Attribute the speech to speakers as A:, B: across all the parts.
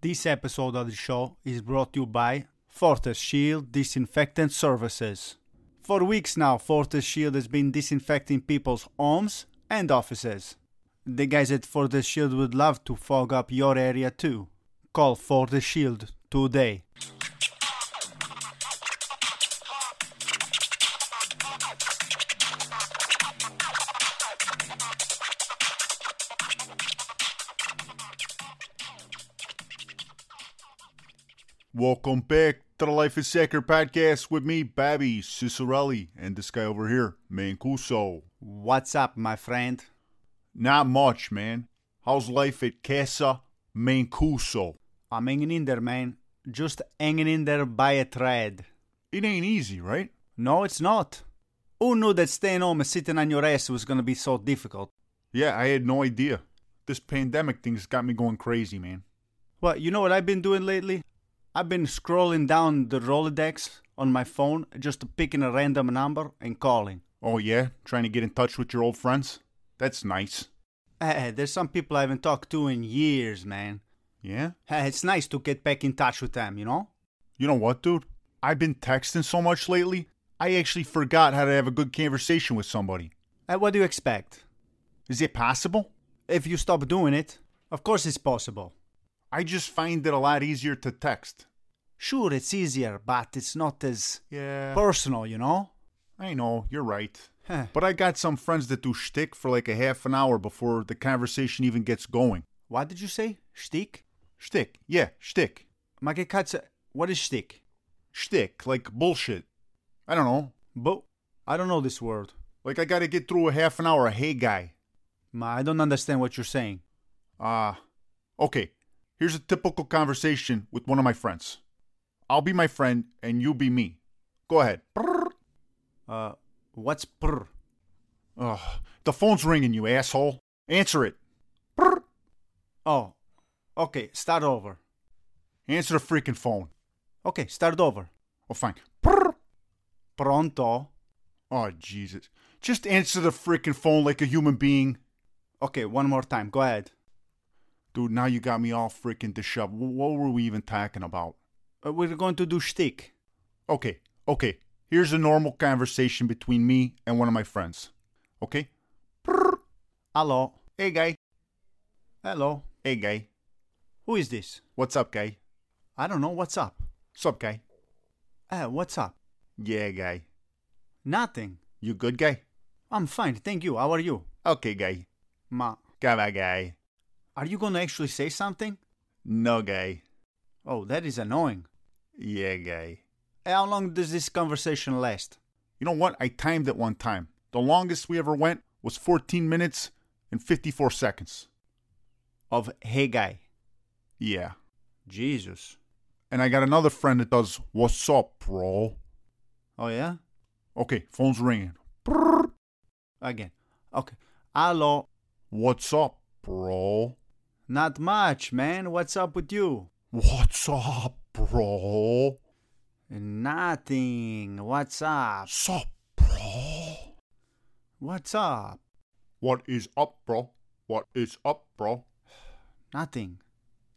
A: This episode of the show is brought to you by Fortes Shield Disinfectant Services. For weeks now, Fortes Shield has been disinfecting people's homes and offices. The guys at Fortes Shield would love to fog up your area too. Call Fortes Shield today.
B: Welcome back to the Life is Soccer podcast with me, Bobby Cicerelli, and this guy over here, Mancuso.
A: What's up, my friend?
B: Not much, man. How's life at Casa Mancuso?
A: I'm hanging in there, man. Just hanging in there by a thread.
B: It ain't easy, right?
A: No, it's not. Who knew that staying home and sitting on your ass was gonna be so difficult?
B: Yeah, I had no idea. This pandemic thing's got me going crazy, man.
A: Well, you know what I've been doing lately? I've been scrolling down the Rolodex on my phone, just picking a random number and calling.
B: Oh, yeah? Trying to get in touch with your old friends? That's nice.
A: Eh, there's some people I haven't talked to in years, man.
B: Yeah?
A: Eh, it's nice to get back in touch with them, you know?
B: You know what, dude? I've been texting so much lately, I actually forgot how to have a good conversation with somebody.
A: Eh, what do you expect?
B: Is it possible?
A: If you stop doing it, of course it's possible.
B: I just find it a lot easier to text.
A: Sure, it's easier, but it's not as
B: Yeah.
A: personal, you know?
B: I know, you're right.
A: Huh.
B: But I got some friends that do shtick for like a half an hour before the conversation even gets going.
A: What did you say? Shtick?
B: Shtick, yeah, shtick.
A: Ma che cazzo? What is shtick?
B: Shtick, like bullshit. I don't know.
A: Bo, I don't know this word.
B: Like I gotta get through a half an hour of hey guy.
A: Ma, I don't understand what you're saying.
B: Ah. okay, here's a typical conversation with one of my friends. I'll be my friend and you be me. Go ahead. Brrr.
A: Uh, what's prr?
B: Ugh, the phone's ringing, you asshole. Answer it. Brrr.
A: Oh, okay, start over.
B: Answer the freaking phone.
A: Okay, start over.
B: Oh, fine. Brrr.
A: Pronto?
B: Oh, Jesus. Just answer the freaking phone like a human being.
A: Okay, one more time, go ahead.
B: Dude, now you got me all freaking disheveled. Wh- What were we even talking about?
A: Uh, we're going to do shtick.
B: Okay, okay. Here's a normal conversation between me and one of my friends. Okay? Brrr.
A: Hello?
B: Hey, guy.
A: Hello?
B: Hey, guy.
A: Who is this?
B: What's up, guy?
A: I don't know, what's up?
B: Sup, guy?
A: Eh, what's up?
B: Yeah, guy.
A: Nothing.
B: You good, guy?
A: I'm fine, thank you. How are you?
B: Okay, guy.
A: Ma,
B: Come on, guy.
A: are you going to actually say something?
B: No, guy.
A: Oh, that is annoying.
B: Yeah, guy.
A: Eh, How long does this conversation last?
B: You know what? I timed it one time. The longest we ever went was 14 minutes and 54 seconds.
A: Of hey guy.
B: Yeah.
A: Jesus.
B: And I got another friend that does, What's up, bro?
A: Oh, yeah?
B: Okay, phone's ringing.
A: Again. Okay. Hello?
B: What's up, bro?
A: Not much, man. What's up with you?
B: What's up, bro?
A: Nothing. What's up?
B: Sup, bro?
A: What's up?
B: What is up, bro? What is up, bro?
A: Nothing.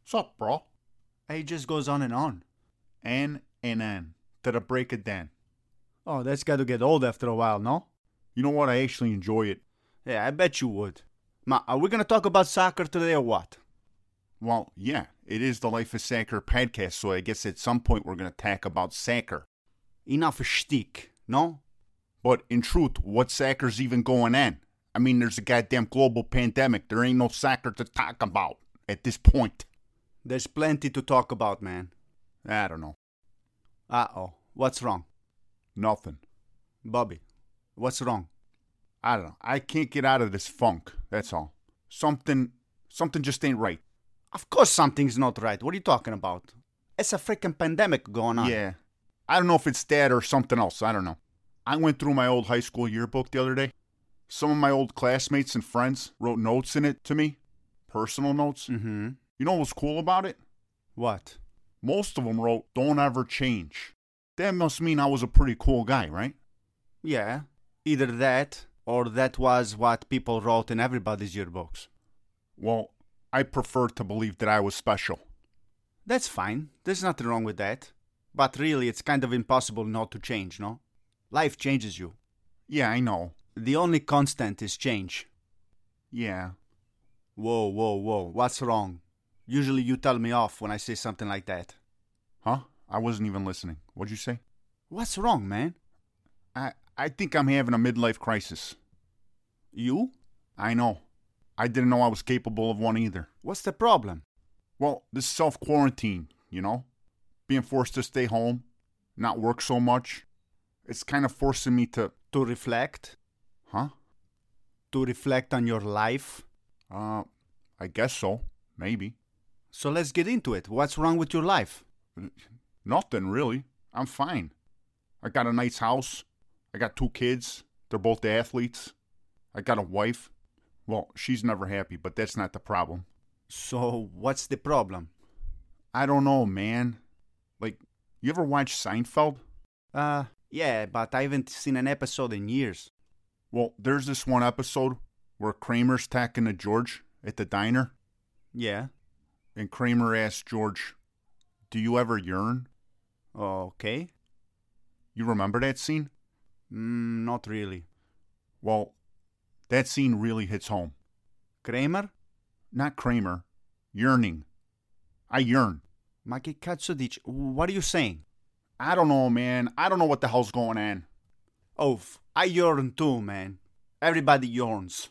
B: Sup, bro?
A: It just goes on and on.
B: And and and to the break of dawn.
A: Oh, that's got to get old after a while, no?
B: You know what? I actually enjoy it.
A: Yeah, I bet you would. Ma, are we gonna talk about soccer today or what?
B: Well, yeah, it is the Life of Soccer podcast, so I guess at some point we're gonna talk about soccer.
A: Enough shtick, no?
B: But in truth, what soccer's even going on? I mean, there's a goddamn global pandemic. There ain't no soccer to talk about at this point.
A: There's plenty to talk about, man.
B: I don't know.
A: Uh oh, what's wrong?
B: Nothing.
A: Bobby, what's wrong?
B: I don't know. I can't get out of this funk. That's all. Something, something just ain't right.
A: Of course something's not right. What are you talking about? It's a freaking pandemic going on.
B: Yeah. I don't know if it's that or something else. I don't know. I went through my old high school yearbook the other day. Some of my old classmates and friends wrote notes in it to me, personal notes.
A: Mm hmm.
B: You know what was cool about it?
A: What?
B: Most of them wrote, Don't ever change. That must mean I was a pretty cool guy, right?
A: Yeah. Either that, or that was what people wrote in everybody's yearbooks.
B: Well, I prefer to believe that I was special.
A: That's fine, there's nothing wrong with that. But really, it's kind of impossible not to change, no? Life changes you.
B: Yeah, I know.
A: The only constant is change.
B: Yeah.
A: Whoa, whoa, whoa, what's wrong? Usually you tell me off when I say something like that.
B: Huh? I wasn't even listening. What'd you say?
A: What's wrong, man?
B: I I think I'm having a midlife crisis.
A: You?
B: I know. I didn't know I was capable of one either.
A: What's the problem?
B: Well, this self quarantine, you know? Being forced to stay home, not work so much. It's kind of forcing me to.
A: To reflect?
B: Huh?
A: To reflect on your life?
B: Uh, I guess so. Maybe.
A: So let's get into it. What's wrong with your life?
B: Nothing really. I'm fine. I got a nice house. I got two kids. They're both athletes. I got a wife. Well, she's never happy, but that's not the problem.
A: So what's the problem?
B: I don't know, man. Like, you ever watch Seinfeld?
A: Uh, yeah, but I haven't seen an episode in years.
B: Well, there's this one episode where Kramer's talking to George at the diner,
A: Yeah.
B: and Kramer asks George, Do you ever yearn?
A: Okay.
B: You remember that scene?
A: Mm, not really.
B: Well, that scene really hits home.
A: Kramer?
B: Not Kramer, yearning. I yearn.
A: Ma che cazzo dici? What are you saying?
B: I don't know, man. I don't know what the hell's going on.
A: Oh, I yearn too, man. Everybody yearns.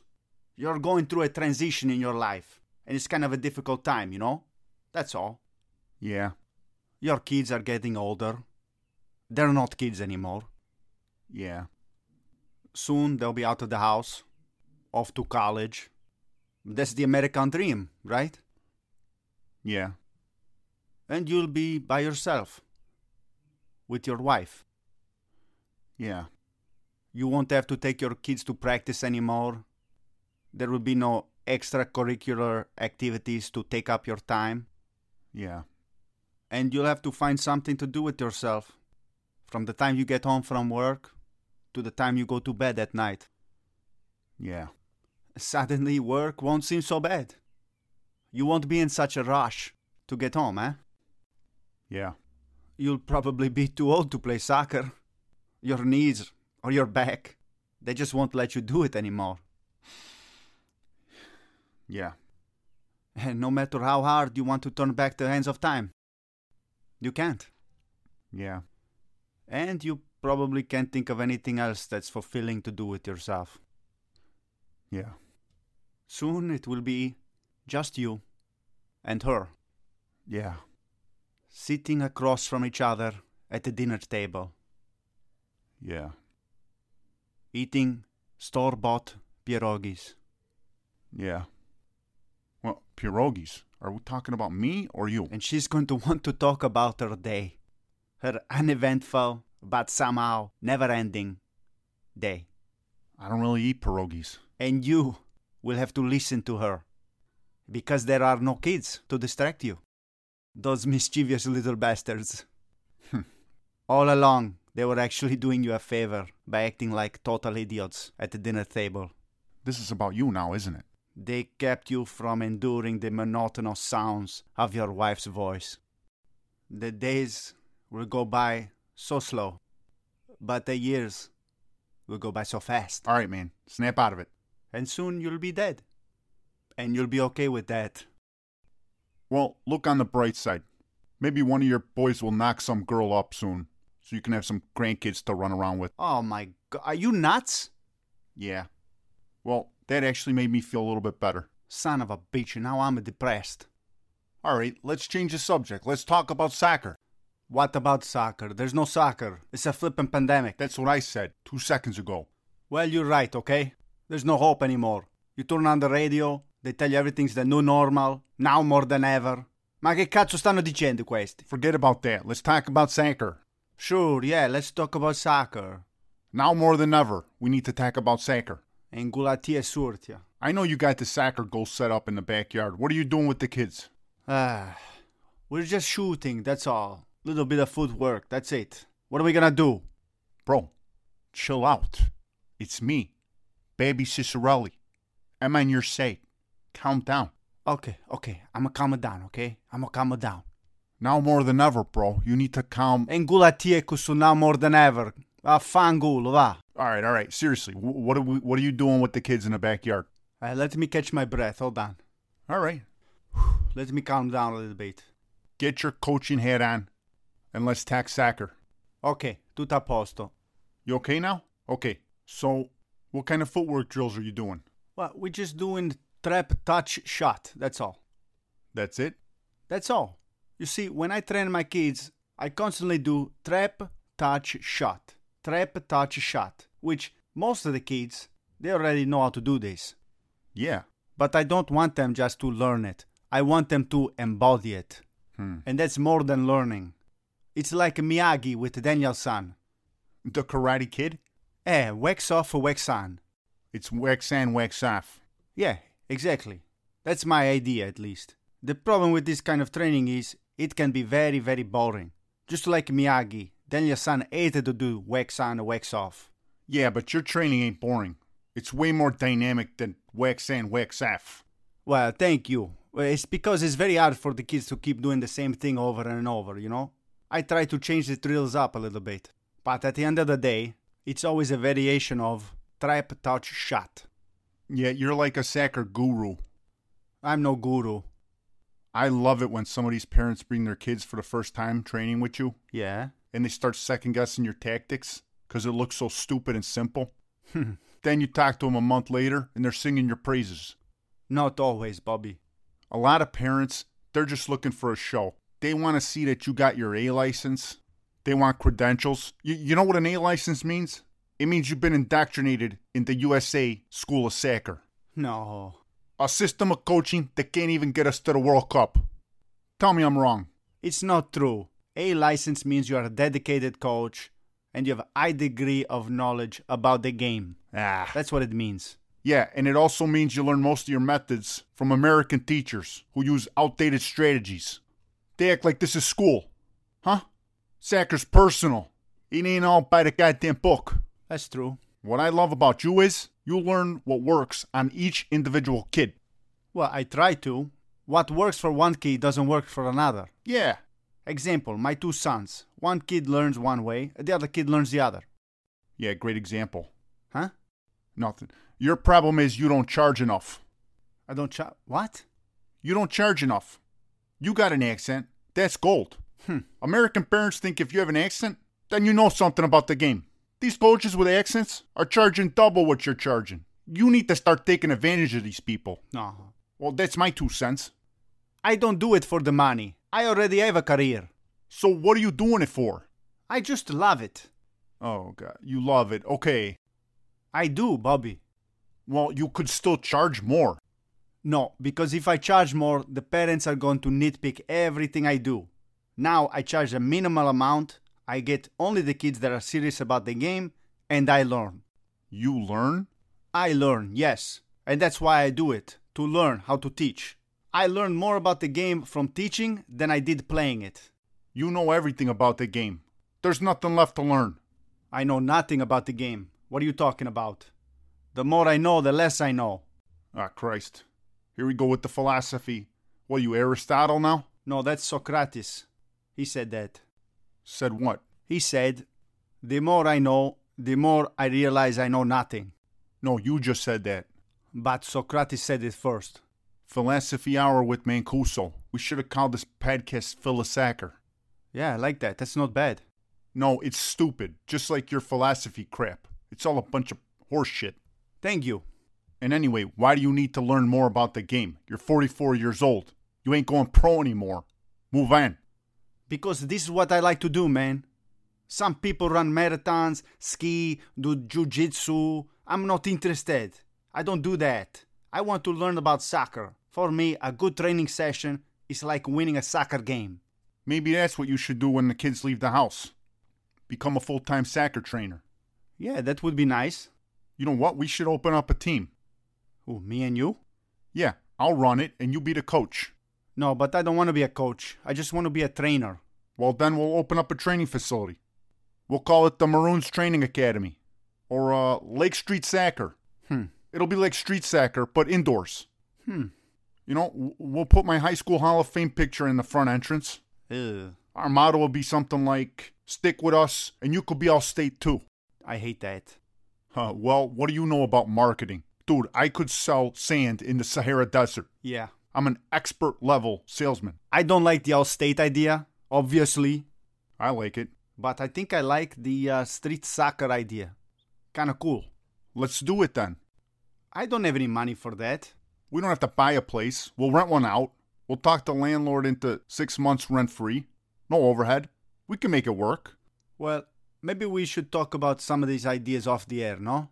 A: You're going through a transition in your life, and it's kind of a difficult time, you know? That's all.
B: Yeah,
A: Your kids are getting older. They're not kids anymore.
B: yeah,
A: Soon they'll be out of the house, off to college. That's the American dream, right?
B: yeah,
A: And you'll be by yourself with your wife.
B: yeah,
A: You won't have to take your kids to practice anymore. There will be no extracurricular activities to take up your time.
B: yeah,
A: And you'll have to find something to do with yourself from the time you get home from work to the time you go to bed at night.
B: yeah,
A: Suddenly, work won't seem so bad. You won't be in such a rush to get home, eh?
B: yeah,
A: You'll probably be too old to play soccer. Your knees or your back, they just won't let you do it anymore.
B: yeah,
A: And no matter how hard you want to turn back the hands of time, you can't.
B: yeah,
A: And you probably can't think of anything else that's fulfilling to do with yourself.
B: yeah,
A: Soon it will be just you and her
B: yeah,
A: sitting across from each other at the dinner table,
B: yeah,
A: eating store bought pierogies.
B: yeah. Well, pierogies. Are we talking about me or you?
A: And she's going to want to talk about her day, her uneventful, but somehow never ending day.
B: I don't really eat pierogies.
A: and you will have to listen to her because there are no kids to distract you. Those mischievous little bastards.
B: Hmm.
A: All along, they were actually doing you a favor by acting like total idiots at the dinner table.
B: This is about you now, isn't it?
A: They kept you from enduring the monotonous sounds of your wife's voice. The days will go by so slow, but the years will go by so fast.
B: All right, man. Snap out of it.
A: and soon you'll be dead. And you'll be okay with that.
B: Well, look on the bright side. Maybe one of your boys will knock some girl up soon, so you can have some grandkids to run around with.
A: Oh my god, are you nuts?
B: Yeah. Well, that actually made me feel a little bit better.
A: Son of a bitch, now I'm depressed.
B: All right, let's change the subject. Let's talk about soccer.
A: What about soccer? There's no soccer. It's a flippin' pandemic.
B: That's what I said two seconds ago.
A: Well, you're right, okay? There's no hope anymore. You turn on the radio, they tell you everything's the new normal, now more than ever. Ma che cazzo stanno dicendo questi?
B: Forget about that. Let's talk about soccer.
A: Sure, yeah, let's talk about soccer.
B: Now more than ever, we need to talk about soccer.
A: And Gulati e Surtia.
B: I know you got the soccer goal set up in the backyard. What are you doing with the kids?
A: Ah, we're just shooting, that's all. Little bit of footwork, that's it. What are we gonna do?
B: Bro, chill out. It's me, Baby Cicerelli. I'm on your side. Calm down.
A: Okay, okay, I'ma calm it down, okay? I'ma calm it down.
B: Now more than ever, bro, you need to calm.
A: Engulatie kusuna more than ever. Vaffangulo, va.
B: All right, all right. Seriously, wh- what are we, what are you doing with the kids in the backyard?
A: Uh, let me catch my breath. Hold on.
B: All right,
A: Let me calm down a little bit.
B: get your coaching hat on, and let's tack soccer.
A: Ok, tutto a posto.
B: You okay now? Okay. So, what kind of footwork drills are you doing?
A: Well, we're just doing trap, touch, shot. That's all.
B: That's it.
A: That's all. You see, when I train my kids, I constantly do trap, touch, shot. Trap, touch, shot. Which most of the kids, they already know how to do this.
B: Yeah.
A: But I don't want them just to learn it. I want them to embody it.
B: Hmm.
A: Mm. And that's more than learning. It's like Miyagi with Daniel-san.
B: The Karate Kid.
A: Eh, wax off, wax on.
B: It's wax on, wax off.
A: Yeah, exactly. That's my idea, at least. The problem with this kind of training is it can be very, very boring. Just like Miyagi, Daniel-san hated to do wax on, wax off.
B: Yeah, but your training ain't boring. It's way more dynamic than wax on, wax off.
A: Well, thank you. Well, It's because it's very hard for the kids to keep doing the same thing over and over, you know? I try to change the drills up a little bit. But at the end of the day, it's always a variation of trap, touch, shot.
B: Yeah, you're like a soccer guru.
A: I'm no guru.
B: I love it when somebody's parents bring their kids for the first time training with you
A: Yeah?
B: and they start second guessing your tactics because it looks so stupid and simple. then you talk to them a month later and they're singing your praises.
A: Not always, Bobby.
B: A lot of parents, they're just looking for a show. They want to see that you got your A license. They want credentials. You, you know what an A license means? It means you've been indoctrinated in the USA School of Soccer.
A: No.
B: A system of coaching that can't even get us to the World Cup. Tell me I'm wrong.
A: It's not true. A license means you are a dedicated coach and you have a high degree of knowledge about the game.
B: Ah.
A: That's what it means.
B: Yeah, and it also means you learn most of your methods from American teachers who use outdated strategies. They act like this is school. Huh? Sacker's personal. It ain't all by the goddamn book.
A: That's true.
B: What I love about you is you learn what works on each individual kid.
A: Well, I try to. What works for one kid doesn't work for another.
B: Yeah,
A: Example, my two sons. One kid learns one way, the other kid learns the other.
B: yeah, great example.
A: Huh?
B: Nothing. Your problem is you don't charge enough.
A: I don't cha- What?
B: You don't charge enough. You got an accent. That's gold.
A: Hmm.
B: American parents think if you have an accent, then you know something about the game. These coaches with accents are charging double what you're charging. You need to start taking advantage of these people.
A: No.
B: Well, that's my two cents.
A: I don't do it for the money. I already have a career.
B: So what are you doing it for?
A: I just love it.
B: Oh god, you love it. Okay.
A: I do, Bobby.
B: Well, you could still charge more.
A: No, because if I charge more, the parents are going to nitpick everything I do. Now I charge a minimal amount, I get only the kids that are serious about the game, and I learn.
B: You learn?
A: I learn, yes. And that's why I do it, to learn how to teach. I learned more about the game from teaching than I did playing it.
B: You know everything about the game. There's nothing left to learn.
A: I know nothing about the game. What are you talking about? The more I know, the less I know.
B: Ah, Christ. Here we go with the philosophy. What, you Aristotle now?
A: No, that's Socrates. He said that.
B: Said what?
A: He said, The more I know, the more I realize I know nothing.
B: No, you just said that.
A: But Socrates said it first.
B: Philosophy Hour with Mancuso. We should have called this podcast Philisacker.
A: Yeah, I like that. That's not bad.
B: No, it's stupid. Just like your philosophy crap. It's all a bunch of horseshit.
A: Thank you.
B: And anyway, why do you need to learn more about the game? You're 44 years old. You ain't going pro anymore. Move on.
A: Because this is what I like to do, man. Some people run marathons, ski, do jujitsu. I'm not interested. I don't do that. I want to learn about soccer. For me, a good training session is like winning a soccer game.
B: Maybe that's what you should do when the kids leave the house. Become a full time soccer trainer.
A: Yeah, that would be nice.
B: You know what? We should open up a team.
A: Who, me and you?
B: Yeah, I'll run it and you be the coach.
A: No, but I don't want to be a coach. I just want to be a trainer.
B: Well, then we'll open up a training facility. We'll call it the Maroons Training Academy or uh, Lake Street Soccer.
A: Hmm.
B: It'll be like street soccer, but indoors.
A: Hmm.
B: You know, w- we'll put my high school Hall of Fame picture in the front entrance.
A: Ew.
B: Our motto will be something like stick with us and you could be all state too.
A: I hate that.
B: Huh, well, what do you know about marketing? Dude, I could sell sand in the Sahara Desert.
A: Yeah.
B: I'm an expert level salesman.
A: I don't like the all-state idea, obviously,
B: I like it.
A: but I think I like the uh, street soccer idea. Kinda cool.
B: Let's do it then.
A: I don't have any money for that.
B: We don't have to buy a place. We'll rent one out. We'll talk the landlord into six months rent free. No overhead. We can make it work.
A: Well, maybe we should talk about some of these ideas off the air, no?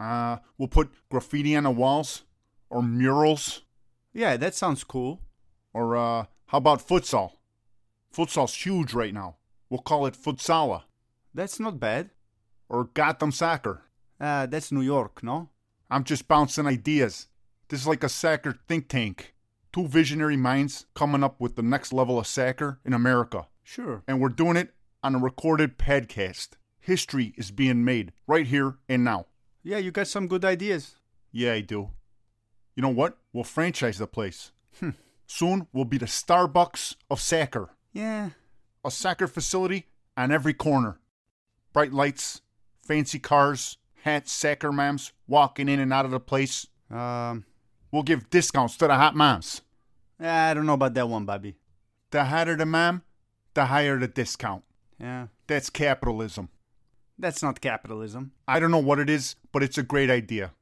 B: Uh, we'll put graffiti on the walls or murals
A: Yeah, that sounds cool.
B: or uh, how about futsal? Futsal's huge right now. We'll call it futsala
A: That's not bad.
B: or Gotham soccer.
A: Uh, that's New York, no?
B: I'm just bouncing ideas. This is like a soccer think tank. Two visionary minds coming up with the next level of soccer in America.
A: Sure.
B: and we're doing it on a recorded podcast. History is being made right here and now.
A: Yeah, you got some good ideas.
B: Yeah, I do. You know what? We'll franchise the place. Hmm. Soon we'll be the Starbucks of Sacker,
A: Yeah.
B: a Sacker facility on every corner. Bright lights, fancy cars, hats, Sacker moms walking in and out of the place.
A: Um,
B: We'll give discounts to the hot moms.
A: I don't know about that one, Bobby.
B: The hotter the mom, the higher the discount.
A: Yeah.
B: That's capitalism.
A: That's not capitalism.
B: I don't know what it is, but it's a great idea.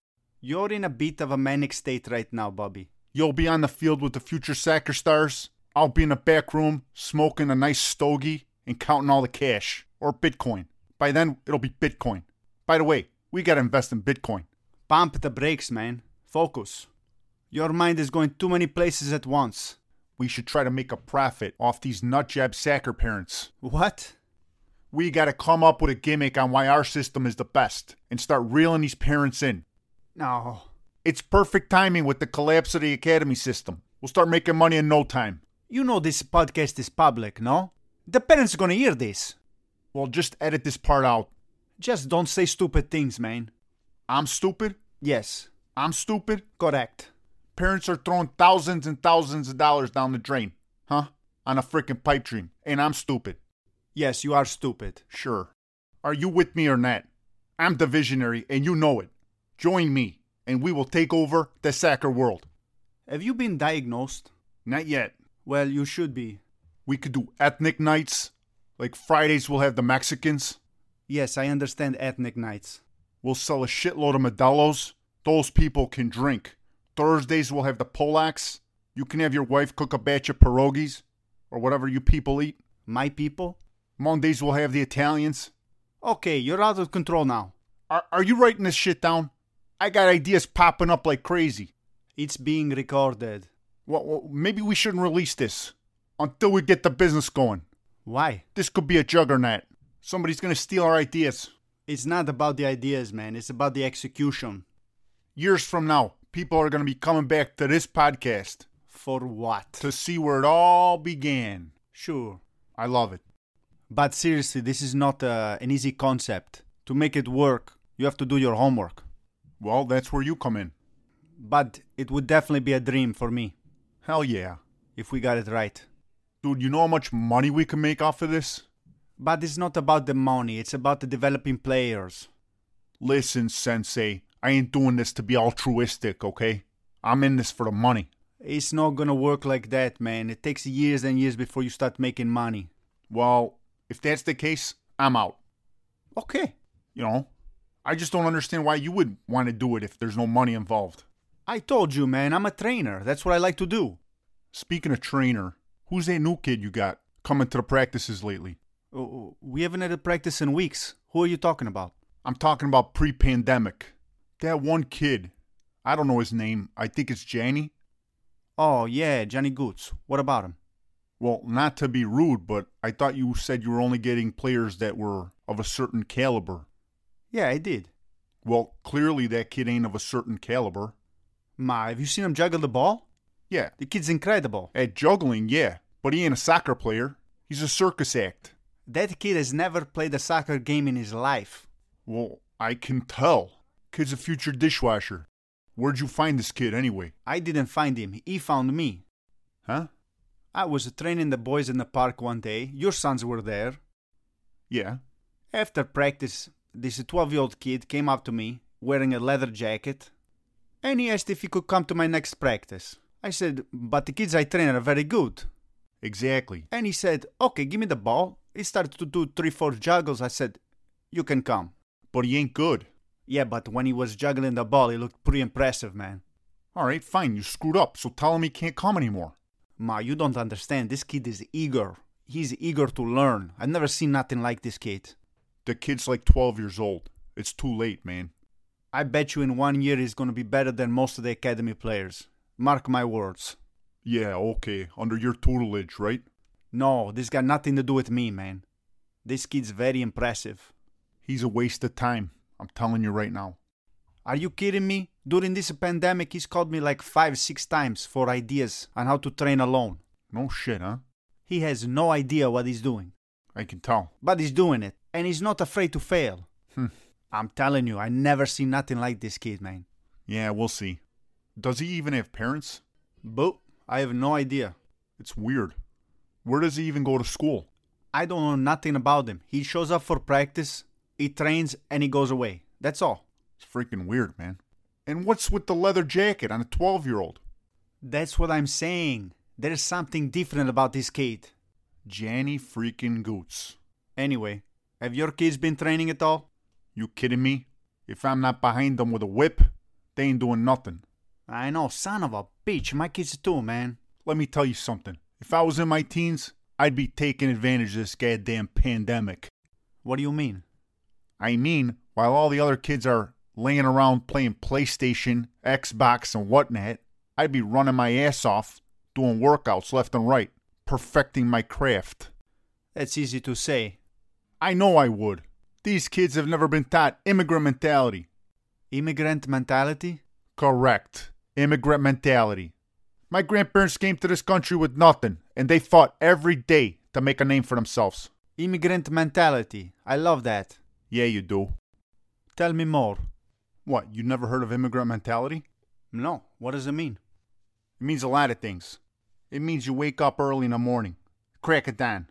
A: You're in a bit of a manic state right now, Bobby.
B: You'll be on the field with the future soccer stars. I'll be in the back room smoking a nice stogie and counting all the cash or Bitcoin. By then, it'll be Bitcoin. By the way, we got to invest in Bitcoin.
A: Pump the brakes, man. Focus. Your mind is going too many places at once.
B: We should try to make a profit off these nutjob soccer parents.
A: What?
B: We got to come up with a gimmick on why our system is the best and start reeling these parents in.
A: No.
B: It's perfect timing with the collapse of the academy system. We'll start making money in no time.
A: You know this podcast is public, no? The parents are gonna hear this.
B: Well, just edit this part out.
A: Just don't say stupid things, man.
B: I'm stupid.
A: Yes,
B: I'm stupid.
A: correct.
B: parents are throwing thousands and thousands of dollars down the drain, huh? On a freaking pipe dream. And I'm stupid.
A: Yes, you are stupid.
B: Sure. Are you with me or not? I'm the visionary, and you know it. Join me, and we will take over the soccer world.
A: Have you been diagnosed?
B: Not yet.
A: Well, you should be.
B: We could do ethnic nights, like Fridays we'll have the Mexicans.
A: Yes, I understand ethnic nights.
B: We'll sell a shitload of Modelo's. Those people can drink. Thursdays we'll have the Polacks. You can have your wife cook a batch of pierogies, or whatever you people eat.
A: My people?
B: Mondays we'll have the Italians.
A: Okay, you're out of control now.
B: Are, are you writing this shit down? I got ideas popping up like crazy.
A: It's being recorded.
B: Well, well, maybe we shouldn't release this until we get the business going.
A: Why?
B: This could be a juggernaut. Somebody's gonna steal our ideas.
A: It's not about the ideas, man. It's about the execution.
B: Years from now, people are gonna be coming back to this podcast
A: For what?
B: to see where it all began.
A: Sure.
B: I love it.
A: But seriously, this is not uh, an easy concept. To make it work, you have to do your homework.
B: Well, that's where you come in.
A: But it would definitely be a dream for me
B: Hell yeah.
A: if we got it right.
B: Dude, you know how much money we can make off of this?
A: But it's not about the money, it's about the developing players.
B: Listen, Sensei, I ain't doing this to be altruistic, okay? I'm in this for the money.
A: It's not gonna work like that, man. It takes years and years before you start making money.
B: Well, if that's the case, I'm out.
A: Okay.
B: You know, I just don't understand why you would want to do it if there's no money involved.
A: I told you, man, I'm a trainer. That's what I like to do.
B: Speaking of trainer, who's that new kid you got coming to the practices lately?
A: Oh, We haven't had a practice in weeks. Who are you talking about?
B: I'm talking about pre pandemic. That one kid, I don't know his name, I think it's Janie.
A: Oh, yeah, Johnny Goots. What about him?
B: Well, not to be rude, but I thought you said you were only getting players that were of a certain caliber.
A: Yeah, I did.
B: Well, clearly that kid ain't of a certain caliber.
A: Ma, have you seen him juggle the ball?
B: Yeah,
A: The kid's incredible.
B: at juggling, yeah, but he ain't a soccer player. He's a circus act.
A: That kid has never played a soccer game in his life.
B: Well, I can tell. Kid's a future dishwasher. Where'd you find this kid anyway?
A: I didn't find him. He found me.
B: Huh?
A: I was training the boys in the park one day. Your sons were there.
B: Yeah.
A: After practice, this 12 year old kid came up to me wearing a leather jacket and he asked if he could come to my next practice. I said, But the kids I train are very good.
B: Exactly.
A: And he said, Okay, give me the ball. He started to do three, four juggles. I said, You can come.
B: But he ain't good.
A: Yeah, but when he was juggling the ball, he looked pretty impressive, man.
B: All right, fine. You screwed up. So tell him he can't come anymore.
A: Ma, you don't understand. This kid is eager. He's eager to learn. I've never seen nothing like this kid.
B: The kid's like 12 years old. It's too late, man.
A: I bet you in one year he's going to be better than most of the academy players. Mark my words.
B: Yeah, okay. Under your tutelage, right?
A: No, this got nothing to do with me, man. This kid's very impressive.
B: He's a waste of time. I'm telling you right now.
A: Are you kidding me? During this pandemic, he's called me like five, six times for ideas on how to train alone.
B: No shit, huh?
A: He has no idea what he's doing,
B: I can tell.
A: but he's doing it, and he's not afraid to fail.
B: Hmm.
A: I'm telling you, I never seen nothing like this kid, man.
B: Yeah, we'll see. Does he even have parents?
A: Boo, I have no idea.
B: It's weird. Where does he even go to school?
A: I don't know nothing about him. He shows up for practice, he trains, and he goes away. That's all.
B: It's freaking weird, man. And what's with the leather jacket on a 12 year old?
A: That's what I'm saying. There's something different about this kid.
B: Janny freaking Goots.
A: Anyway, have your kids been training at all?
B: You kidding me? If I'm not behind them with a whip, they ain't doing nothing.
A: I know, son of a bitch. My kids too, man.
B: Let me tell you something. If I was in my teens, I'd be taking advantage of this goddamn pandemic.
A: What do you mean?
B: I mean, while all the other kids are laying around playing PlayStation, Xbox, and whatnot, I'd be running my ass off doing workouts left and right, perfecting my craft.
A: That's easy to say.
B: I know I would. These kids have never been taught immigrant mentality.
A: Immigrant mentality?
B: Correct. Immigrant mentality. My grandparents came to this country with nothing, and they fought every day to make a name for themselves.
A: Immigrant mentality. I love that.
B: Yeah, you do.
A: Tell me more.
B: What, you never heard of immigrant mentality?
A: No, what does it mean?
B: It means a lot of things. It means you wake up early in the morning, crack a dawn.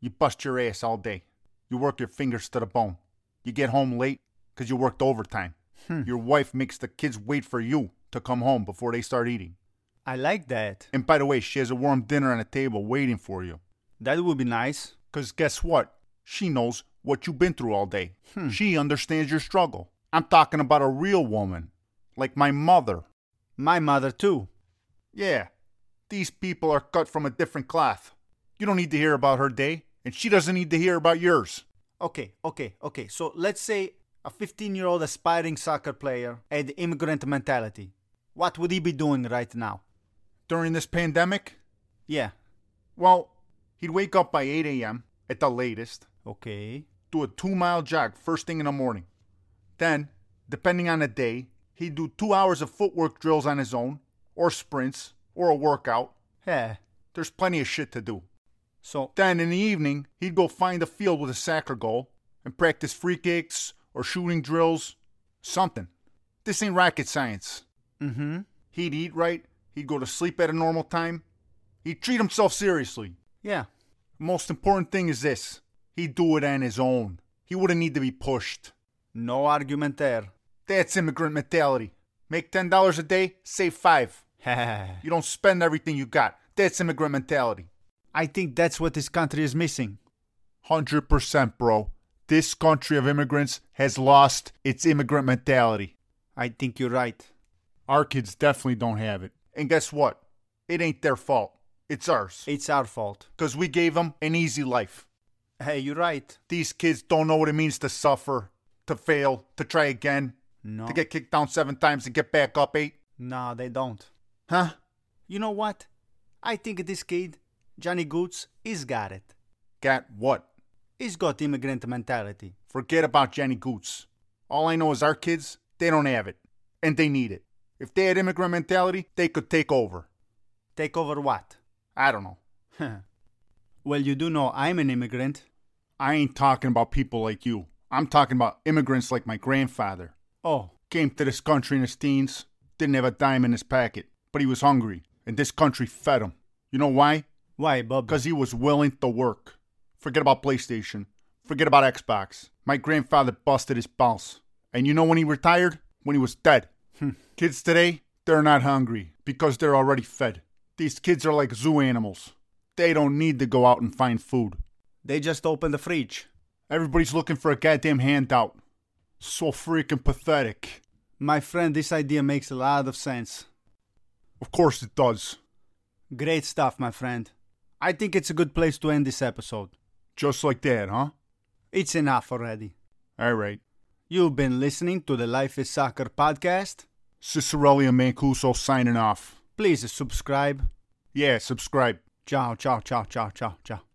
B: You bust your ass all day. You work your fingers to the bone. You get home late 'cause you worked overtime.
A: Hmm.
B: Your wife makes the kids wait for you to come home before they start eating.
A: I like that.
B: And by the way, she has a warm dinner on the table waiting for you.
A: That would be nice.
B: 'Cause guess what? She knows what you've been through all day.
A: Hmm.
B: She understands your struggle. I'm talking about a real woman, like my mother.
A: My mother, too.
B: Yeah, these people are cut from a different cloth. You don't need to hear about her day, and she doesn't need to hear about yours.
A: Okay, okay, okay. So let's say a 15 year old aspiring soccer player had immigrant mentality. What would he be doing right now?
B: During this pandemic,
A: Yeah.
B: well, he'd wake up by 8 a.m. at the latest,
A: Okay.
B: do a two mile jog first thing in the morning. Then, depending on the day, he'd do two hours of footwork drills on his own, or sprints, or a workout.
A: Yeah.
B: There's plenty of shit to do.
A: So,
B: Then in the evening, he'd go find a field with a soccer goal and practice free kicks or shooting drills, something. This ain't rocket science.
A: mm hmm.
B: He'd eat right, he'd go to sleep at a normal time, he'd treat himself seriously.
A: Yeah.
B: Most important thing is this he'd do it on his own. He wouldn't need to be pushed.
A: No argument there.
B: That's immigrant mentality. Make $10 a day, save five. You don't spend everything you got. That's immigrant mentality.
A: I think that's what this country is missing.
B: 100%, bro. This country of immigrants has lost its immigrant mentality.
A: I think you're right.
B: Our kids definitely don't have it. And guess what? It ain't their fault. It's ours.
A: It's our fault.
B: Because we gave them an easy life.
A: Hey, you're right.
B: These kids don't know what it means to suffer, to fail, to try again,
A: No.
B: to get kicked down seven times and get back up eight.
A: No, they don't.
B: Huh?
A: You know what? I think this kid, Johnny Goods, he's got it.
B: Got what?
A: He's got immigrant mentality.
B: Forget about Jenny Goots. All I know is our kids, they don't have it. And they need it. If they had immigrant mentality, they could take over.
A: Take over what?
B: I don't know.
A: well, you do know I'm an immigrant.
B: I ain't talking about people like you. I'm talking about immigrants like my grandfather.
A: Oh,
B: Came to this country in his teens, didn't have a dime in his pocket, but he was hungry, and this country fed him. You know why?
A: Why, Bob?
B: because he was willing to work. Forget about PlayStation. Forget about Xbox. My grandfather busted his balls. And you know when he retired? When he was dead. kids today, they're not hungry because they're already fed. These kids are like zoo animals. They don't need to go out and find food.
A: they just opened the fridge.
B: Everybody's looking for a goddamn handout. So freaking pathetic.
A: My friend, this idea makes a lot of sense.
B: Of course it does.
A: Great stuff, my friend. I think it's a good place to end this episode.
B: Just like that, huh?
A: It's enough already.
B: Alright.
A: You've been listening to the Life is Soccer podcast.
B: Cicerelli and Mancuso signing off.
A: Please subscribe.
B: Yeah, subscribe.
A: Ciao, ciao, ciao, ciao, ciao, ciao.